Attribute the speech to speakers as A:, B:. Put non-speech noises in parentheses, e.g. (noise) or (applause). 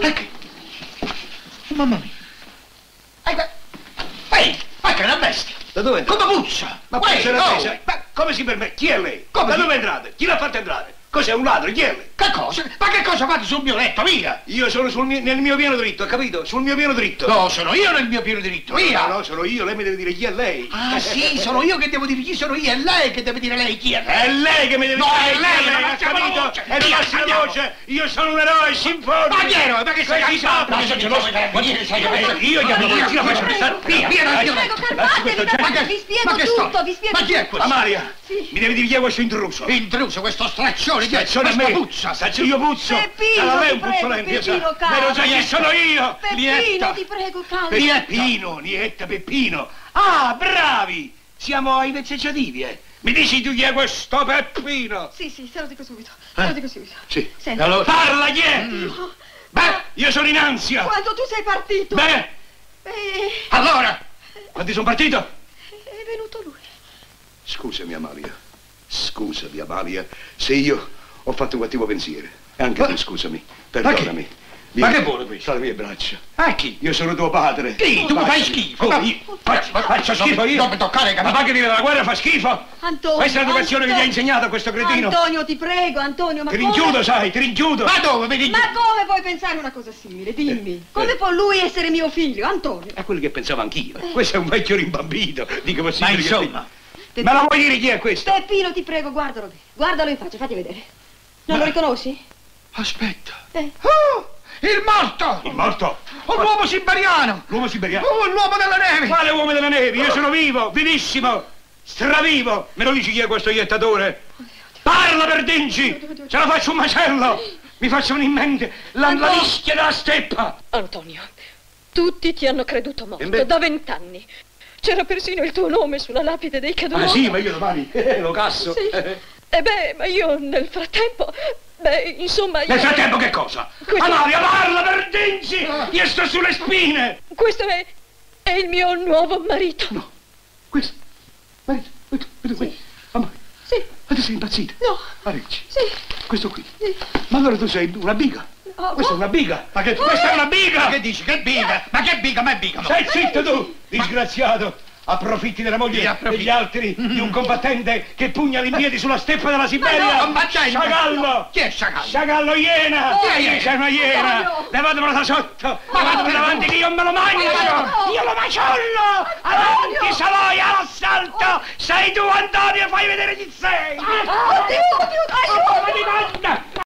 A: Ecco.
B: che è una bestia.
A: Da dove entrate?
B: Come puzza.
A: Ma
B: Uè,
A: puzza la
B: oh,
A: bestia.
B: ma
C: Come si permette? Chi è lei?
B: Come
C: da
B: chi-
C: dove entrate? Chi l'ha fatta entrare? Cos'è un ladro? Chi è lei?
B: Che cosa? Ma che cosa fate sul mio letto, via?
C: Io sono sul mio- nel mio piano dritto, ha capito? Sul mio piano dritto.
B: No, sono io nel mio pieno diritto, via.
C: No, no, sono io, lei mi deve dire chi è lei.
B: Ah, sì, sono io che devo dire chi sono io, è lei che deve dire lei chi è eh? lei.
C: È lei che mi deve
B: No,
C: dire
B: è
C: chi
B: lei, ma
C: ha
B: facciamo la voce.
C: capito? È
B: Via,
C: la
B: andiamo.
C: voce. Io sono un eroe, si informi.
B: Ma chi ero? Ma che sei cazzato?
C: Questi sono-
B: Ma sei geloso che venire, sai che venire?
C: Io gli avevo
B: Io
C: la faccio restare.
B: Via, via, dai,
C: Dai,
B: via.
D: Prego,
C: Lasci questo
D: calmatevi,
C: genere.
D: calmatevi,
B: Ma che-
D: vi
B: ma che
D: spiego
B: sto-
D: tutto, vi spiego
B: ma chi è
D: tutto.
B: questo?
C: Amalia,
D: Sì.
C: mi devi dire chi è questo intruso.
B: Intruso, questo straccione, chi è?
C: Stazione a
B: Questa
C: me.
B: puzza.
C: Staccio io puzzo.
D: Peppino,
C: Sarà lei un
D: ti prego,
C: puzzolente,
D: Peppino,
C: sa.
D: calma.
C: Ma non sai chi sono io.
D: Peppino,
B: Lietta.
D: ti prego, calma.
C: Peppino, Nietta, Peppino. Ah, bravi! Siamo ai vezzeggiativi, eh. Mi dici tu chi è questo Peppino?
D: Sì, sì, se lo dico subito, se lo dico subito.
C: Sì. Mm.
D: Senti,
B: Allora,
C: Parla chi è? Beh, io sono in ansia.
D: quando tu sei partito,
C: Beh,
D: eh,
B: allora,
C: quando sono partito?
D: è venuto lui.
C: Scusami, Amalia. Scusami, Amalia, se io ho fatto un cattivo pensiero. Anche
B: Ma-
C: tu, scusami.
B: ma che-
C: Perdonami.
B: ma che vuole questo?
C: Fra le mie braccia.
B: a chi?
C: Io sono tuo padre.
B: Chi? Tu mi fai schifo.
C: Oh,
B: Ma-
C: io- faccio, faccio schifo io.
B: Non mi toccare,
C: Ma
B: capito?
C: va che vive la guerra fa schifo?
D: Antonio,
C: Questa è l'educazione che gli ha
D: Antonio.
C: insegnato questo cretino.
D: Antonio, ti prego, Antonio, ma
C: Ti
D: come...
C: rinchiudo, sai, ti rinchiudo.
B: Ma dove vedi?
D: Ma come puoi pensare una cosa simile? Dimmi,
C: Eh,
D: come
C: eh.
D: può lui essere mio figlio, Antonio?
C: È quello che pensavo anch'io. Questo è un vecchio rimbambito. Dico
B: Ma
C: possibile che-
B: insomma,
D: Te-
C: Ma la vuoi dire chi è questo?
D: Peppino, ti prego, guardalo bene, guardalo in faccia, fatti vedere. Non lo riconosci?
B: aspetta.
D: Eh.
B: Oh, il morto!
C: Il morto.
B: Oh, l'uomo siberiano!
C: L'uomo siberiano.
B: Oh, l'uomo della neve!
C: Quale uomo della neve? Io sono vivo, vivissimo, stravivo. Me lo dici chi è questo iettatore? Parla per dinci! Ce la faccio un macello! Mi faccio venire in mente la, la
E: Antonio.
C: mischia della steppa!
E: Antonio, tutti ti hanno creduto morto
C: Invece-
E: da vent'anni. C'era persino il tuo nome sulla lapide dei caduti.
C: Ah sì, ma io domani (laughs) eh, lo casso.
E: Sì. E beh, ma io nel frattempo... Beh, insomma, io...
C: Nel frattempo che cosa?
E: Questo-
C: Amalia, parla per dinci! Io sto sulle spine!
E: Questo è... è il mio nuovo marito.
C: Questo, guarda, guarda, guarda qui. Amalia,
D: Sì,
C: ma tu sei impazzita?
D: no,
C: Parecchi,
D: sì,
C: questo qui.
D: sì.
C: Ma allora tu sei una biga.
D: Oh,
C: Questa è una biga. Ma che... Questa è una biga!
B: Ah, Ma che dici? Che biga? Ma che biga? Ma è biga! ma-
C: Stai zitto tu, disgraziato! Approfitti della
B: Sì,
C: moglie e
B: approfitti. Mm.
C: degli altri di un combattente che pugna l'impiedi sulla steppa della Siberia!
B: Ma no, combattente, ma-
C: Sciagallo!
B: Chi è Sciagallo?
C: Sciagallo iena!
B: Chi è iena?
C: Sei una iena!
D: Antonio!
C: Levatemela da sotto! Levatemela davanti che io me lo mangio!
D: Antonio!
C: Io lo maciollo! Avanti, Savoia, all'assalto! Sei tu, Antonio, fai vedere chi sei!
D: Oddio, oddio,
C: Oh,
D: aiuto!
C: ma ti manda!